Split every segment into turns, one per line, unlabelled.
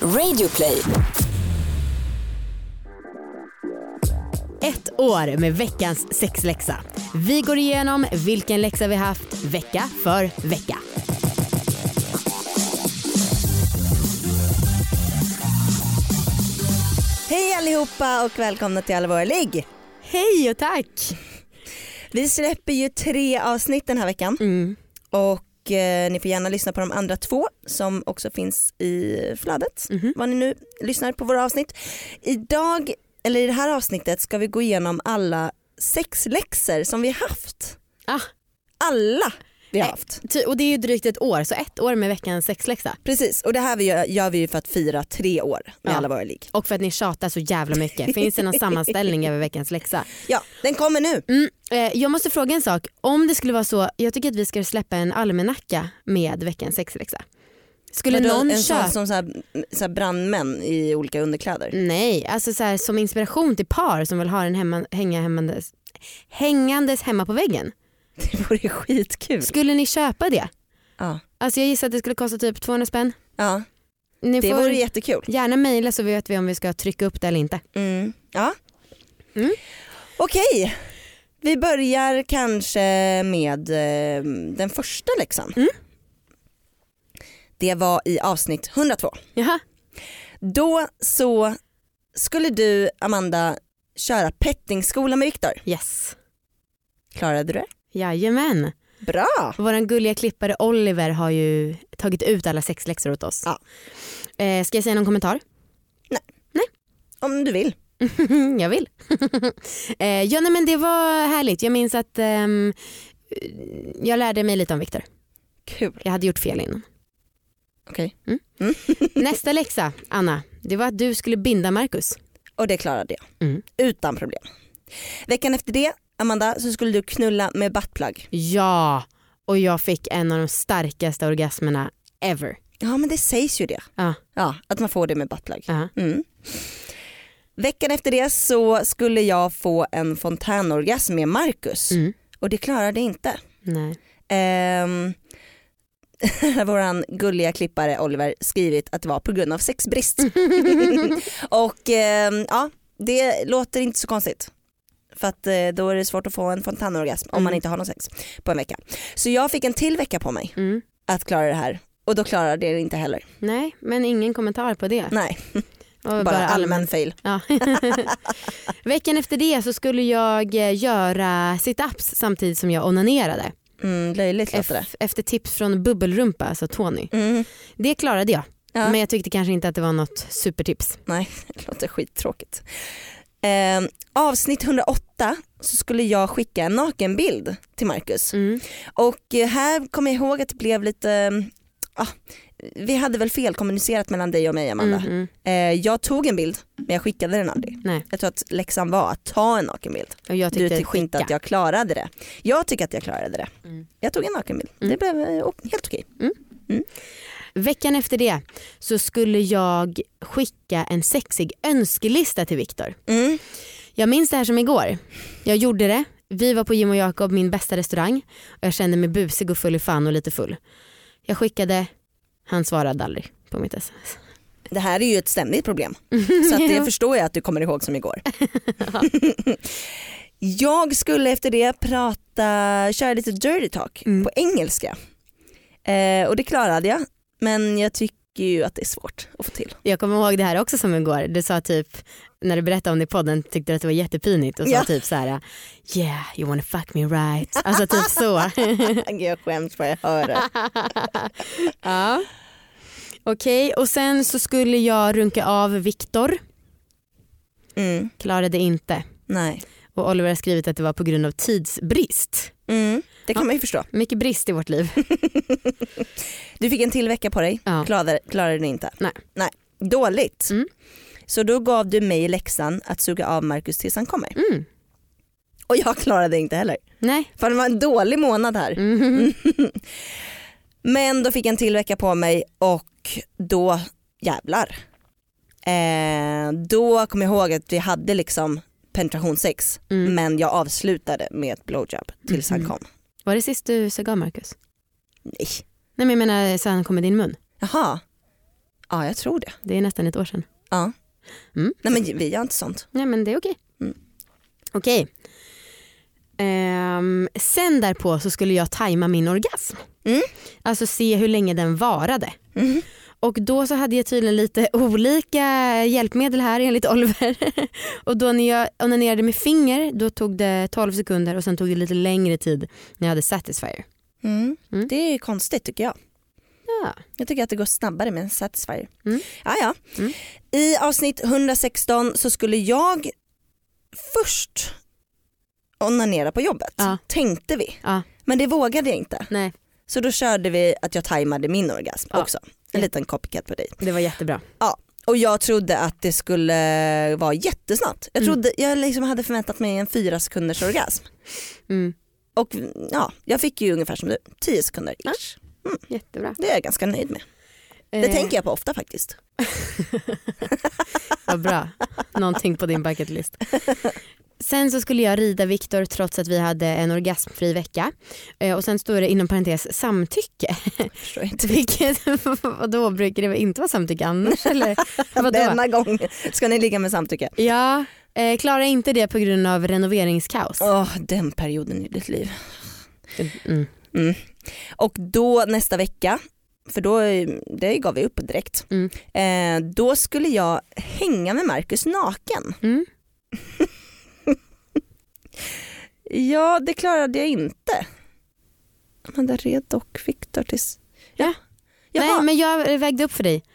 Radioplay.
Ett år med veckans sexläxa. Vi går igenom vilken läxa vi haft vecka för vecka.
Hej allihopa och välkomna till Alla våra ligg.
Hej och tack!
Vi släpper ju tre avsnitt den här veckan
Mm.
och eh, ni får gärna lyssna på de andra två som också finns i flödet.
Mhm.
Vad ni nu lyssnar på våra avsnitt. Idag, eller i det här avsnittet ska vi gå igenom alla sexläxor som vi haft.
Ah,
Alla vi har
Eh.
haft.
ty, och det är ju drygt ett år, så ett år med veckans sexläxa.
Precis och det här vi gör, gör vi ju för att fira tre år med
Ja.
Alla våra ligg.
Och för att ni tjatar så jävla mycket. Finns det någon sammanställning över veckans läxa?
Ja, den kommer nu.
Mm, eh, jag måste fråga en sak. Om det skulle vara så, jag tycker att vi ska släppa en almanacka med veckans sexläxa. Skulle
Vadå,
någon
en
köpa?
sån som så här, så här brandmän i olika underkläder.
Nej, alltså så här, som inspiration till par som vill ha den hemma, hänga hemmandes, hängandes hemma på väggen.
Det vore skitkul.
Skulle ni köpa det?
Ja.
Alltså jag gissar att det skulle kosta typ 200 spänn.
Ja.
Ni
Det
får
vore jättekul.
gärna mejla så vet vi om vi ska trycka upp det eller inte.
Mm. Ja.
Mm.
Okej, vi börjar kanske med eh, den första läxan.
Mm.
Det var i avsnitt 102.
Jaha,
Då så skulle du Amanda köra pettingskola med Viktor.
yes.
Klarade du det?
Jajamän.
Bra!
Våran gulliga klippare Oliver har ju tagit ut alla sexläxor åt oss.
Ja.
Eh, ska jag säga någon kommentar?
Om du vill.
jag vill. eh, ja nej, men det var härligt. Jag minns att ehm, jag lärde mig lite om Viktor.
Kul.
Jag hade gjort fel innan. Mm.
Okej. Mm.
Nästa läxa, Anna. Det var att du skulle binda Marcus.
Och det klarade jag.
Mm.
Utan problem. Veckan efter det, Amanda, så skulle du knulla med buttplug.
Ja, och jag fick en av de starkaste orgasmerna ever.
Ja men det sägs ju det.
Ja.
Ja, att man får det med buttplug.
Ja.
Mm. Veckan efter det så skulle jag få en fontänorgasm med Marcus
Mm.
och det klarade jag inte.
Nej.
Ehm, våran gulliga klippare Oliver skrivit att det var på grund av sexbrist. och ehm, ja, det låter inte så konstigt. För att eh, då är det svårt att få en fontänorgasm om man
Mm.
inte har någon sex på en vecka. Så jag fick en till vecka på mig
Mm.
att klara det här och då klarade jag det inte heller.
Nej, men ingen kommentar på det.
Nej,
Det var
bara, allmän fail.
Ja. Veckan efter det så skulle jag eh, göra sit-ups samtidigt som jag onanerade.
Mm, löjligt låter det.
Ef- efter tips från Bubbelrumpa, alltså Tony.
Mm.
Det klarade jag.
Ja.
Men jag tyckte kanske inte att det var något supertips.
Nej, det låter skittråkigt. Eh, avsnitt 108 så skulle jag skicka en nakenbild till Marcus.
Mm.
Och eh, här kommer jag ihåg att det blev lite, eh, ah, vi hade väl felkommunicerat mellan dig och mig Amanda.
Mm, mm.
Eh, jag tog en bild men jag skickade den aldrig.
Nej.
Jag tror att läxan var att ta en nakenbild.
Och jag
Du
tyckte
tyckte inte att jag klarade det. Jag tycker att jag klarade det.
Mm.
Jag tog en nakenbild.
Mm.
Det blev eh, o- helt okej.
Veckan efter det så skulle jag skicka en sexig önskelista till Viktor.
Mm.
Jag minns det här som igår. Jag gjorde det. Vi var på Jim och Jakob, min bästa restaurang. Och jag kände mig busig och full i fan och lite full. Jag skickade, han svarade aldrig på mitt sms.
Det här är ju ett ständigt problem. Så att det förstår jag att du kommer ihåg som igår. jag skulle efter det prata, köra lite dirty talk
Mm.
på engelska. Eh, och det klarade jag. Men jag tycker ju att det är svårt att få till.
Jag kommer ihåg det här också som igår. Du sa typ, när du berättade om det i podden tyckte du att det var jättepinigt och sa
Ja.
typ så här: yeah you wanna fuck me right. Alltså typ så.
Gud, jag skäms för att höra.
ja. Okej och sen så skulle jag runka av Viktor.
Mm,
Klarade inte.
nej.
Och Oliver har skrivit att det var på grund av tidsbrist.
Mm, det kan
Ja.
man ju förstå.
Mycket brist i vårt liv.
Du fick en till vecka på dig.
Ja.
Klarade, klarade det inte.
Nej.
nej. Dåligt.
Mm.
Så då gav du mig läxan att suga av Marcus tills han kommer.
Mm.
Och jag klarade det inte heller.
Nej.
För det var en dålig månad här.
Mhm.
Men då fick jag en till vecka på mig och då jävlar. Eh, då kom jag ihåg att vi hade liksom penetrationssex
Mm.
men jag avslutade med ett blowjob tills
Mhm.
han kom.
Var det sist du sög av Marcus?
Nej.
Nej men jag menar så han kom i din mun.
Jaha. Ja jag tror det.
Det är nästan ett år sedan.
Ja.
Mm.
Nej men vi gör inte sånt.
Nej men det är okej.
Mm.
Okej. Ehm, sen därpå så skulle jag tajma min orgasm.
Mm.
Alltså se hur länge den varade.
Mhm.
Och då så hade jag tydligen lite olika hjälpmedel här enligt Oliver. och då när jag onanerade med finger då tog det 12 sekunder och sen tog det lite längre tid när jag hade Satisfyer.
Mm.
Mm.
Det är ju konstigt tycker jag.
Ja.
Jag tycker att det går snabbare med en Satisfyer.
Mm.
Ja, ja.
Mm.
I avsnitt 116 så skulle jag först onanera på jobbet
Ja.
tänkte vi.
Ja.
Men det vågade jag inte.
Nej,
Så då körde vi att jag tajmade min orgasm
Ja.
också. En liten copycat på dig.
det var jättebra.
Och jag trodde att det skulle vara jättesnabbt. Jag,
Mm.
trodde, jag liksom hade förväntat mig en fyra sekunders orgasm.
Mm.
Och ja, jag fick ju ungefär som du, 10 sekunder ish.
Jättebra.
Det är jag ganska nöjd med.
Eh.
Det tänker jag på ofta faktiskt.
Vad bra. Någonting på din bucket list. Sen så skulle jag rida Viktor trots att vi hade en orgasmfri vecka. Eh, Och sen står det inom parentes samtycke.
Förstår jag inte.
Vilket, vadå brukar det inte vara samtycke annars eller? Vadå?
Denna gång ska ni ligga med samtycke.
Ja, eh, klara inte det på grund av renoveringskaos.
Åh, den perioden i ditt liv.
Mm.
Mm. Och då nästa vecka, för då, det gav vi upp direkt.
Mm.
Eh, då skulle jag hänga med Marcus naken.
Mm.
Ja det klarade jag inte. Men där red dock Viktor tills...
Ja.
Jaha.
Nej men jag vägde upp för dig. Så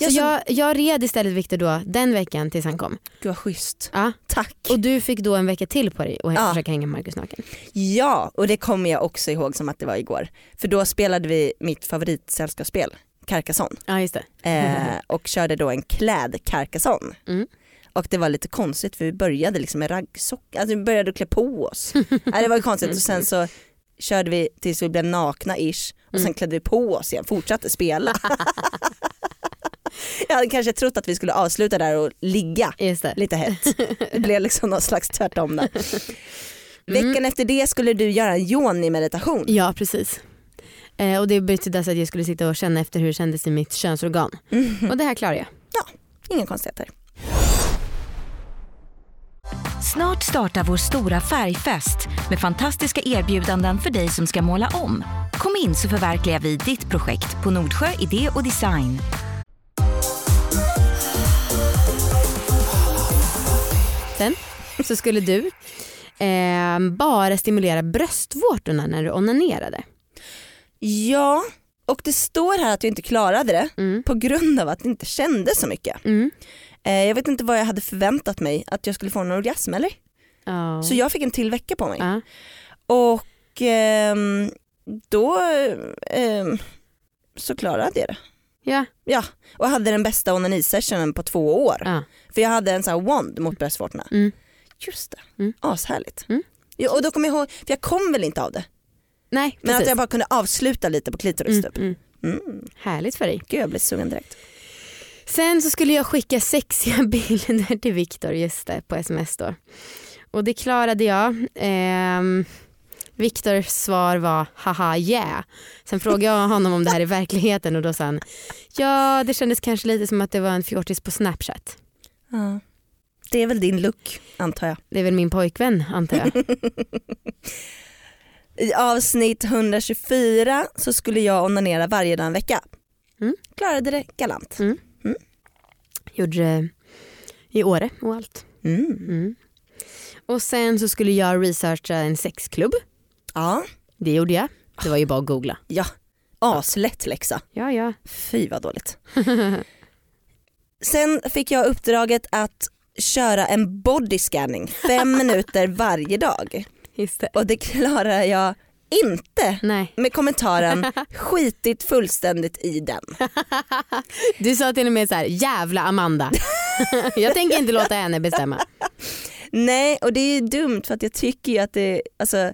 Ja, så-
jag, jag red istället Viktor då den veckan tills han kom.
Gud vad schysst.
Ja.
Tack.
Och du fick då en vecka till på dig och
Ja.
försöka hänga med Marcus naken.
Ja och det kommer jag också ihåg som att det var igår. För då spelade vi mitt favoritsällskapsspel, Carcassonne.
Ja just det.
Eh, och körde då en kläd Carcassonne.
Mm.
Och det var lite konstigt för vi började liksom med raggsockor, alltså vi började klä på oss. Nej, det var ju konstigt och
Mm.
sen så körde vi tills vi blev nakna ish och sen
Mm.
klädde vi på oss igen, fortsatte spela. Jag hade kanske trott att vi skulle avsluta där och ligga
Just det.
lite hett. Det blev liksom någon slags tvärtom där.
Mm.
Veckan efter det skulle du göra en yoni-meditation.
Ja precis. Eh, och det betydde alltså att jag skulle sitta och känna efter hur det kändes i mitt könsorgan. Och det här klarar jag.
Inga konstigheter.
Snart startar vår stora färgfest med fantastiska erbjudanden för dig som ska måla om. Kom in så förverkligar vi ditt projekt på Nordsjö Idé och Design.
Sen så skulle du eh, bara stimulera bröstvårtorna när du onanerade.
Ja, och det står här att jag inte klarade det
Mm.
på grund av att det inte kändes så mycket.
Mm.
Eh, jag vet inte vad jag hade förväntat mig att jag skulle få en orgasm eller?
Ja.
Så jag fick en till vecka på mig.
Ja.
Och ehm, då ehm, så klarade jag det.
Ja.
Ja, och jag hade den bästa onanisessionen på två år.
Ja.
För jag hade en sån här wand mot bröstvårtorna.
Mm.
Just det,
Mm.
ashärligt.
Mm.
Ja, och då kommer jag ihåg, för jag kom väl inte av det.
Nej
Men
precis.
att jag bara kunde avsluta lite på klitoris
Mm,
typ.
mm.
Mm.
Härligt för dig.
Gud jag blir sugen direkt.
Sen så skulle jag skicka sexiga bilder till Viktor just det, på sms då. Och det klarade jag. Ehm, Viktors svar var haha yeah. Sen frågade jag honom om det här i verkligheten och då sa han ja det kändes kanske lite som att det var en fjortis på snapchat.
Ja. Det är väl din look antar jag.
Det är väl min pojkvän antar jag.
I avsnitt 124 så skulle jag onanera varje dag en vecka.
Mm.
Klarade det galant.
Gjorde det i Åre och allt.
Mm.
Mm. Och sen så skulle jag researcha en sexklubb.
Ja,
Det gjorde jag. Det var ju bara att googla.
aslätt läxa.
Ja ja.
Fy vad dåligt. Sen fick jag uppdraget att köra en body scanning fem minuter varje dag.
Just det.
Och det klarar jag inte
Nej.
med kommentaren skitit fullständigt i den.
Du sa till och med så här, jävla Amanda. jag tänker inte låta henne bestämma.
Nej och det är ju dumt för att jag tycker ju att det, alltså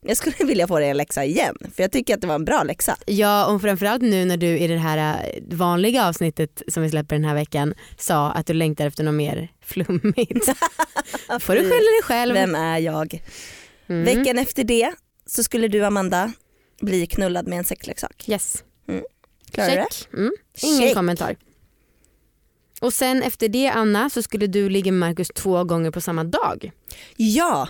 jag skulle vilja få dig en läxa igen för jag tycker att det var en bra läxa.
Ja och framförallt nu när du i det här eh, vanliga avsnittet som vi släpper den här veckan sa att du längtar efter något mer flummigt. får du skylla dig själv.
Vem är jag?
Mm.
Veckan efter det så skulle du Amanda bli knullad med en sexleksak.
Yes,
Klarar du det?
check. Mm. Ingen
Check.
kommentar. Och sen efter det Anna så skulle du ligga med Markus två gånger på samma dag.
Ja,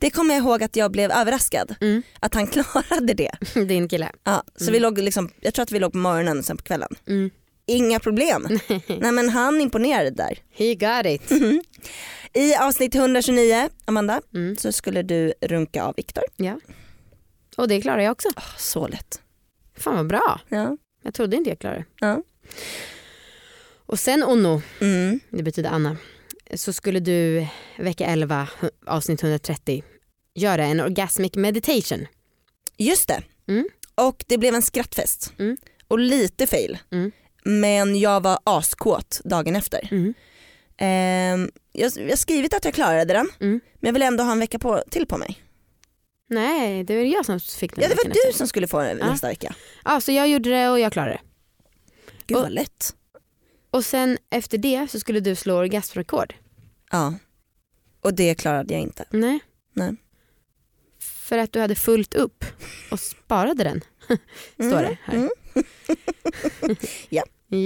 det kommer jag ihåg att jag blev överraskad.
Mm.
Att han klarade det.
Din kille.
Ja, så vi låg liksom, jag tror att vi låg på morgonen sen på kvällen.
Mm.
Inga problem. Nej Mm. men han imponerade där.
He got it.
I avsnitt 129, Amanda,
Mm.
så skulle du runka av Viktor.
Ja. Och det klarar jag också.
Oh, så lätt.
Fan vad bra.
Ja.
Jag trodde inte jag klarade det.
Ja.
Och sen Onno,
Mm.
det betyder Anna, så skulle du vecka 11, hu- avsnitt 130, göra en orgasmic meditation.
Just det.
Mm.
Och det blev en skrattfest.
Mm.
Och lite fail.
Mm.
Men jag var askåt dagen efter.
Mm.
Ehm, jag, jag har skrivit att jag klarade den
Mm.
men jag vill ändå ha en vecka på, till på mig.
Nej, det var jag som fick den
Ja, det
veckan
var du
efter.
som skulle få den
Ja.
nästa vecka.
Ja, så jag gjorde det och jag klarade det.
Gud
Och-
vad lätt.
Och sen efter det så skulle du slå orgasmrekord.
Ja. Och det klarade jag inte.
Nej.
Nej.
För att du hade fullt upp och sparade den. Står det här.
Mm.
Ja.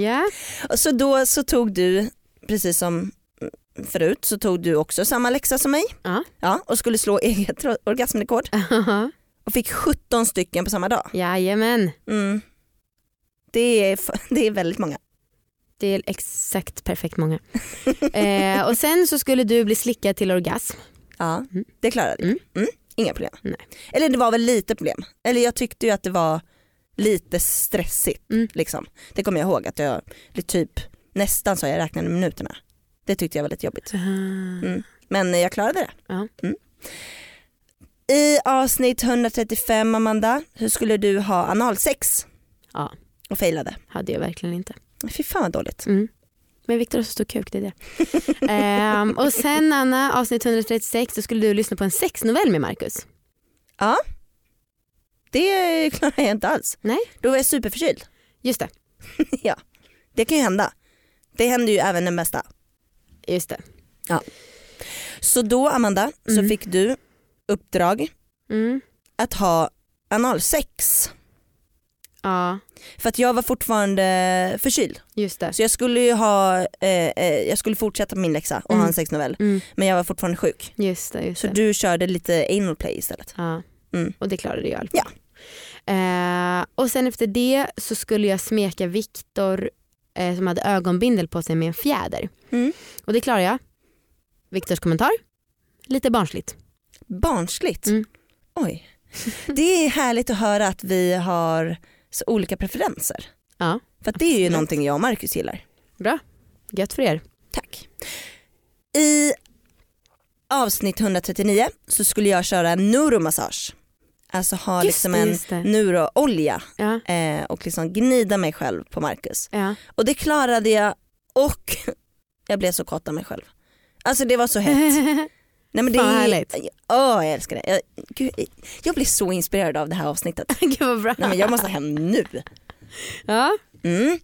Och Så då så tog du, precis som förut, så tog du också samma läxa som mig.
Ja.
Ja, och skulle slå eget ro- orgasmrekord. Och fick 17 stycken på samma dag.
Jajamän.
Mm. Det, är, f- det är väldigt många.
Det är exakt perfekt många. eh, och sen så skulle du bli slickad till orgasm.
Ja,
Mm.
det klarade vi.
Mm.
Mm. Inga problem.
Nej.
Eller det var väl lite problem. Eller jag tyckte ju att det var lite stressigt.
Mm.
Liksom. Det kommer jag ihåg att jag det typ nästan så jag räknade minuterna. Det tyckte jag var lite jobbigt. Men eh, jag klarade det.
Ja.
Mm. I avsnitt 135 Amanda, hur skulle du ha analsex?
Ja.
Och failade.
Hade jag verkligen inte.
Fy fan vad dåligt.
Mm. Men Viktor har så stor kuk, det är det. Ehm, och sen Anna, avsnitt 136, då skulle du lyssna på en sexnovell med Markus.
Det klarade jag inte alls.
Nej.
Då var jag superförkyld.
Just det.
Det kan ju hända. Det händer ju även den bästa.
Just det.
Så då Amanda så
Mm.
fick du uppdrag
Mm.
att ha analsex.
Ja,
För att jag var fortfarande förkyld.
just det.
Så jag skulle ju ha, eh, eh, jag skulle fortsätta min läxa och ha
Mm.
en sexnovell.
Mm.
Men jag var fortfarande sjuk.
Just det, just
Så
det.
du körde lite anal play istället.
Ja.
Mm.
Och det klarade jag i alla
Ja.
fall. Eh, och sen efter det så skulle jag smeka Viktor eh, som hade ögonbindel på sig med en fjäder.
Mm.
Och det klarade jag. Viktors kommentar? Lite barnsligt.
Barnsligt.
Mm.
Oj. Det är härligt att höra att vi har så olika preferenser.
Ja.
För att det är ju
Absolut.
någonting jag och Marcus gillar.
Gött för er.
Tack. I avsnitt 139 så skulle jag köra en neuromassage. Alltså ha liksom en
just det.
neuroolja
Ja.
eh, och liksom gnida mig själv på Marcus.
Ja.
Och det klarade jag och jag blev så kåt av mig själv. Alltså det var så hett. Nej, men det
Fan,
är-
härligt.
Åh, jag älskar det. Jag, gud, jag blir så inspirerad av det här avsnittet.
Gud vad bra.
Nej, men jag måste hem nu.
Ja.
Mm.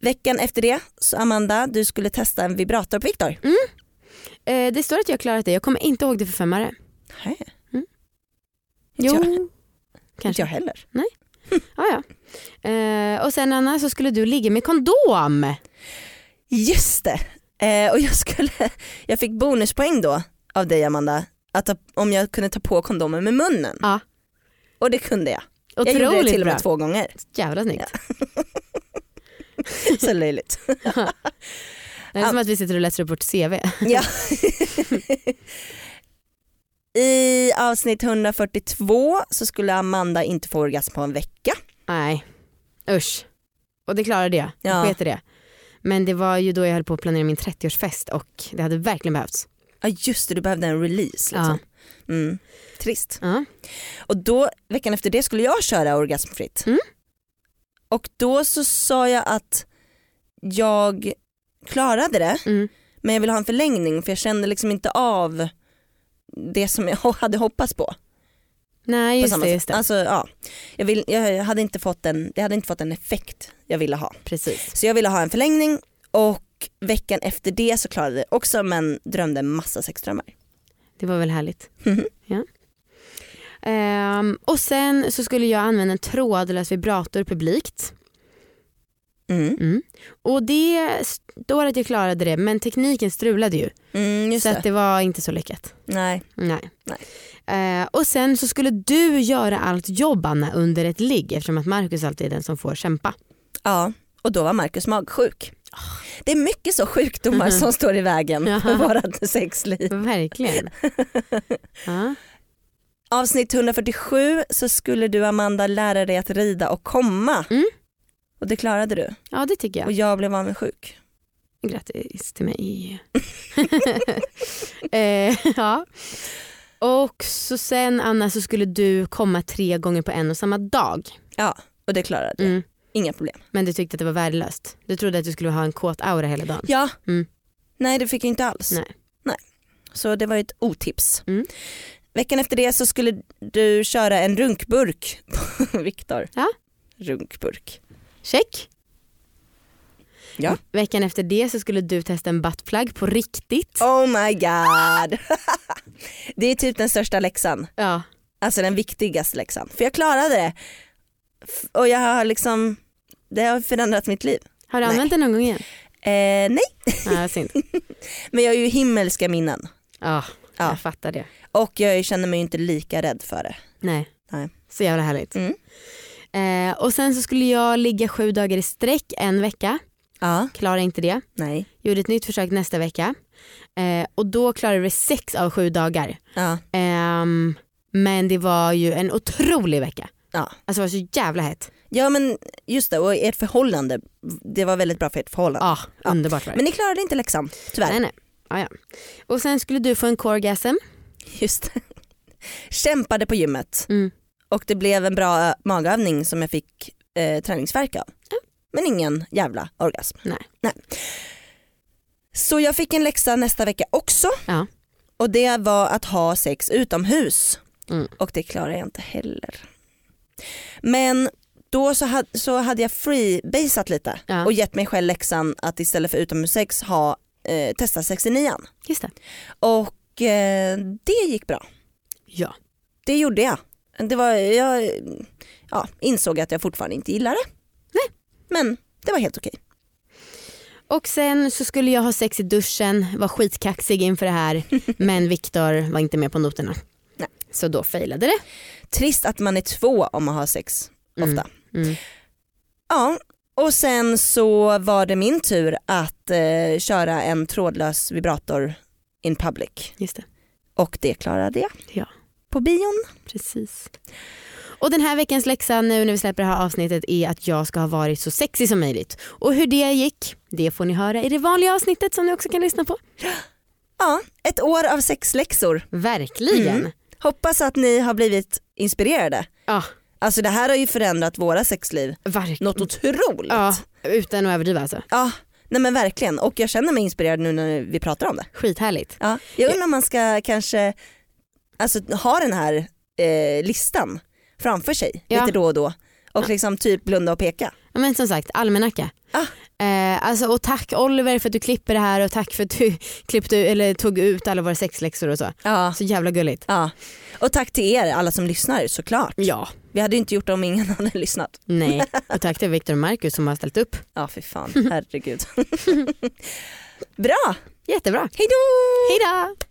Veckan efter det så Amanda du skulle testa en vibrator på Viktor.
Eh, det står att jag har klarat det. Jag kommer inte ihåg det för fem öre.
Nej.
Mm.
Inte jag, inte
kanske.
jag heller.
Ja, ja. Eh, och sen Anna så skulle du ligga med kondom.
Just det. Eh, och jag, skulle, jag fick bonuspoäng då av dig Amanda. Att ta, om jag kunde ta på kondomen med munnen.
Ja.
Och det kunde jag.
Otroligt
jag gjorde det till och
bra.
med två gånger.
Jävla snyggt.
Så löjligt.
Det är som att vi sitter och läser upp vårt CV.
ja. I avsnitt 142 så skulle Amanda inte få orgasm på en vecka.
Nej, usch. Och det klarade jag.
Ja.
Jag sket i det. Men det var ju då jag höll på att planera min 30-årsfest och det hade verkligen behövts.
Ja just det, du behövde en release. Liksom. Mm. Trist.
Ja.
Och då, veckan efter det skulle jag köra orgasmfritt.
Mm.
Och då så sa jag att jag klarade det
Mm.
men jag ville ha en förlängning för jag kände liksom inte av det som jag hade hoppats på.
Nej
på
just
samma
det,
sätt.
just det.
Alltså, ja. jag, vill, jag, hade inte fått den, jag hade inte fått den effekt jag ville ha.
Precis.
Så jag ville ha en förlängning och veckan efter det så klarade jag det också men drömde massa sexdrömmar.
Det var väl härligt.
Mhm.
Ja. Ehm, och sen så skulle jag använda en trådlös vibrator publikt.
Mm.
Mm. Och det står att jag klarade det men tekniken strulade ju.
Mm, just
så att
det.
det var inte så lyckat.
Nej.
Nej.
Nej.
Eh, och sen så skulle du göra allt jobb Anna under ett ligg eftersom att Marcus alltid är den som får kämpa.
Ja, och då var Marcus magsjuk. Det är mycket så sjukdomar som står i vägen för vårat sexliv.
Verkligen. ja.
Avsnitt 147 så skulle du Amanda lära dig att rida och komma.
Mm.
Och det klarade du.
ja det tycker
Och
jag.
jag blev avundsjuk.
Grattis till mig. eh, ja. Och så sen Anna så skulle du komma tre gånger på en och samma dag.
Ja, och det klarade du.
Mm.
Inga problem.
Men du tyckte att det var värdelöst. Du trodde att du skulle ha en kåt aura hela dagen.
Ja.
Mm.
Nej det fick jag inte alls.
Nej.
Nej. Så det var ju ett otips.
Mm.
Veckan efter det så skulle du köra en runkburk på Viktor.
Ja.
Runkburk.
Check.
Ja.
Veckan efter det så skulle du testa en buttplug på riktigt.
Oh my god. det är typ den största läxan.
Ja.
Alltså den viktigaste läxan. För jag klarade det. F- Och jag har liksom, det har förändrat mitt liv.
Har du
Nej.
använt den någon gång igen?
Eh, nej,
Ja, synd.
men jag har ju himmelska minnen.
Ja,
Ja.
jag fattar det.
Och jag känner mig ju inte lika rädd för det.
Nej.
Nej.
Så jävla härligt.
Mm.
Eh, och sen så skulle jag ligga sju dagar i sträck en vecka.
Ja,
Klarade inte det.
nej.
Gjorde ett nytt försök nästa vecka. Eh, och då klarade vi sex av sju dagar.
Ja,
Ehm, men det var ju en otrolig vecka.
ja.
Alltså det var så jävla hett.
ja men just det, och ert förhållande, det var väldigt bra för ert förhållande.
Ja, Ah, underbart var det.
Men ni klarade inte läxan, tyvärr.
nej, nej. Ja, ja. Och sen skulle du få en corgasm.
Just det. Kämpade på gymmet
Mm.
och det blev en bra eh, magövning som jag fick eh, träningsvärk av. Men ingen jävla orgasm.
Nej.
Så jag fick en läxa nästa vecka också
Ja.
och det var att ha sex utomhus
Mm.
och det klarade jag inte heller. Men då så, ha, så hade jag freebasat lite
Ja.
och gett mig själv läxan att istället för utomhussex ha, eh, testa 69
Just det.
och eh, det gick bra.
Ja.
Det gjorde jag. Det var, jag ja, insåg att jag fortfarande inte gillar det.
Nej.
Men det var helt okej.
Och sen så skulle jag ha sex i duschen, var skitkaxig inför det här men Viktor var inte med på noterna.
Nej.
Så då failade det.
Trist att man är två om man har sex ofta.
Mm. Mm.
Ja, och sen så var det min tur att eh, köra en trådlös vibrator in public
Just det,
och det klarade jag.
Ja.
På bion.
precis. Och den här veckans läxa nu när vi släpper det här avsnittet är att jag ska ha varit så sexig som möjligt. Och hur det gick, det får ni höra i det vanliga avsnittet som ni också kan lyssna på.
Ja, ett år av sexläxor.
Verkligen.
Mm. Hoppas att ni har blivit inspirerade.
Ja,
Alltså det här har ju förändrat våra sexliv
verkligen.
något otroligt.
Mm. Ja, utan att överdriva alltså.
Ja, nej men verkligen. Och jag känner mig inspirerad nu när vi pratar om det.
Skithärligt.
Ja. Jag undrar om man ska kanske alltså, ha den här eh, listan framför sig
Ja.
lite då och då. Och liksom typ blunda och peka.
Ja, men som sagt, almanacka.
Ah.
Eh, alltså, och tack Oliver för att du klipper det här och tack för att du klippte, eller tog ut alla våra sexläxor och så.
Ja.
Så jävla gulligt.
ja. Och tack till er alla som lyssnar såklart.
Ja.
Vi hade ju inte gjort det om ingen hade lyssnat.
Nej, och tack till Victor och Marcus som har ställt upp.
Ja fy fan, herregud. Bra,
Jättebra.
hejdå!
Hejdå!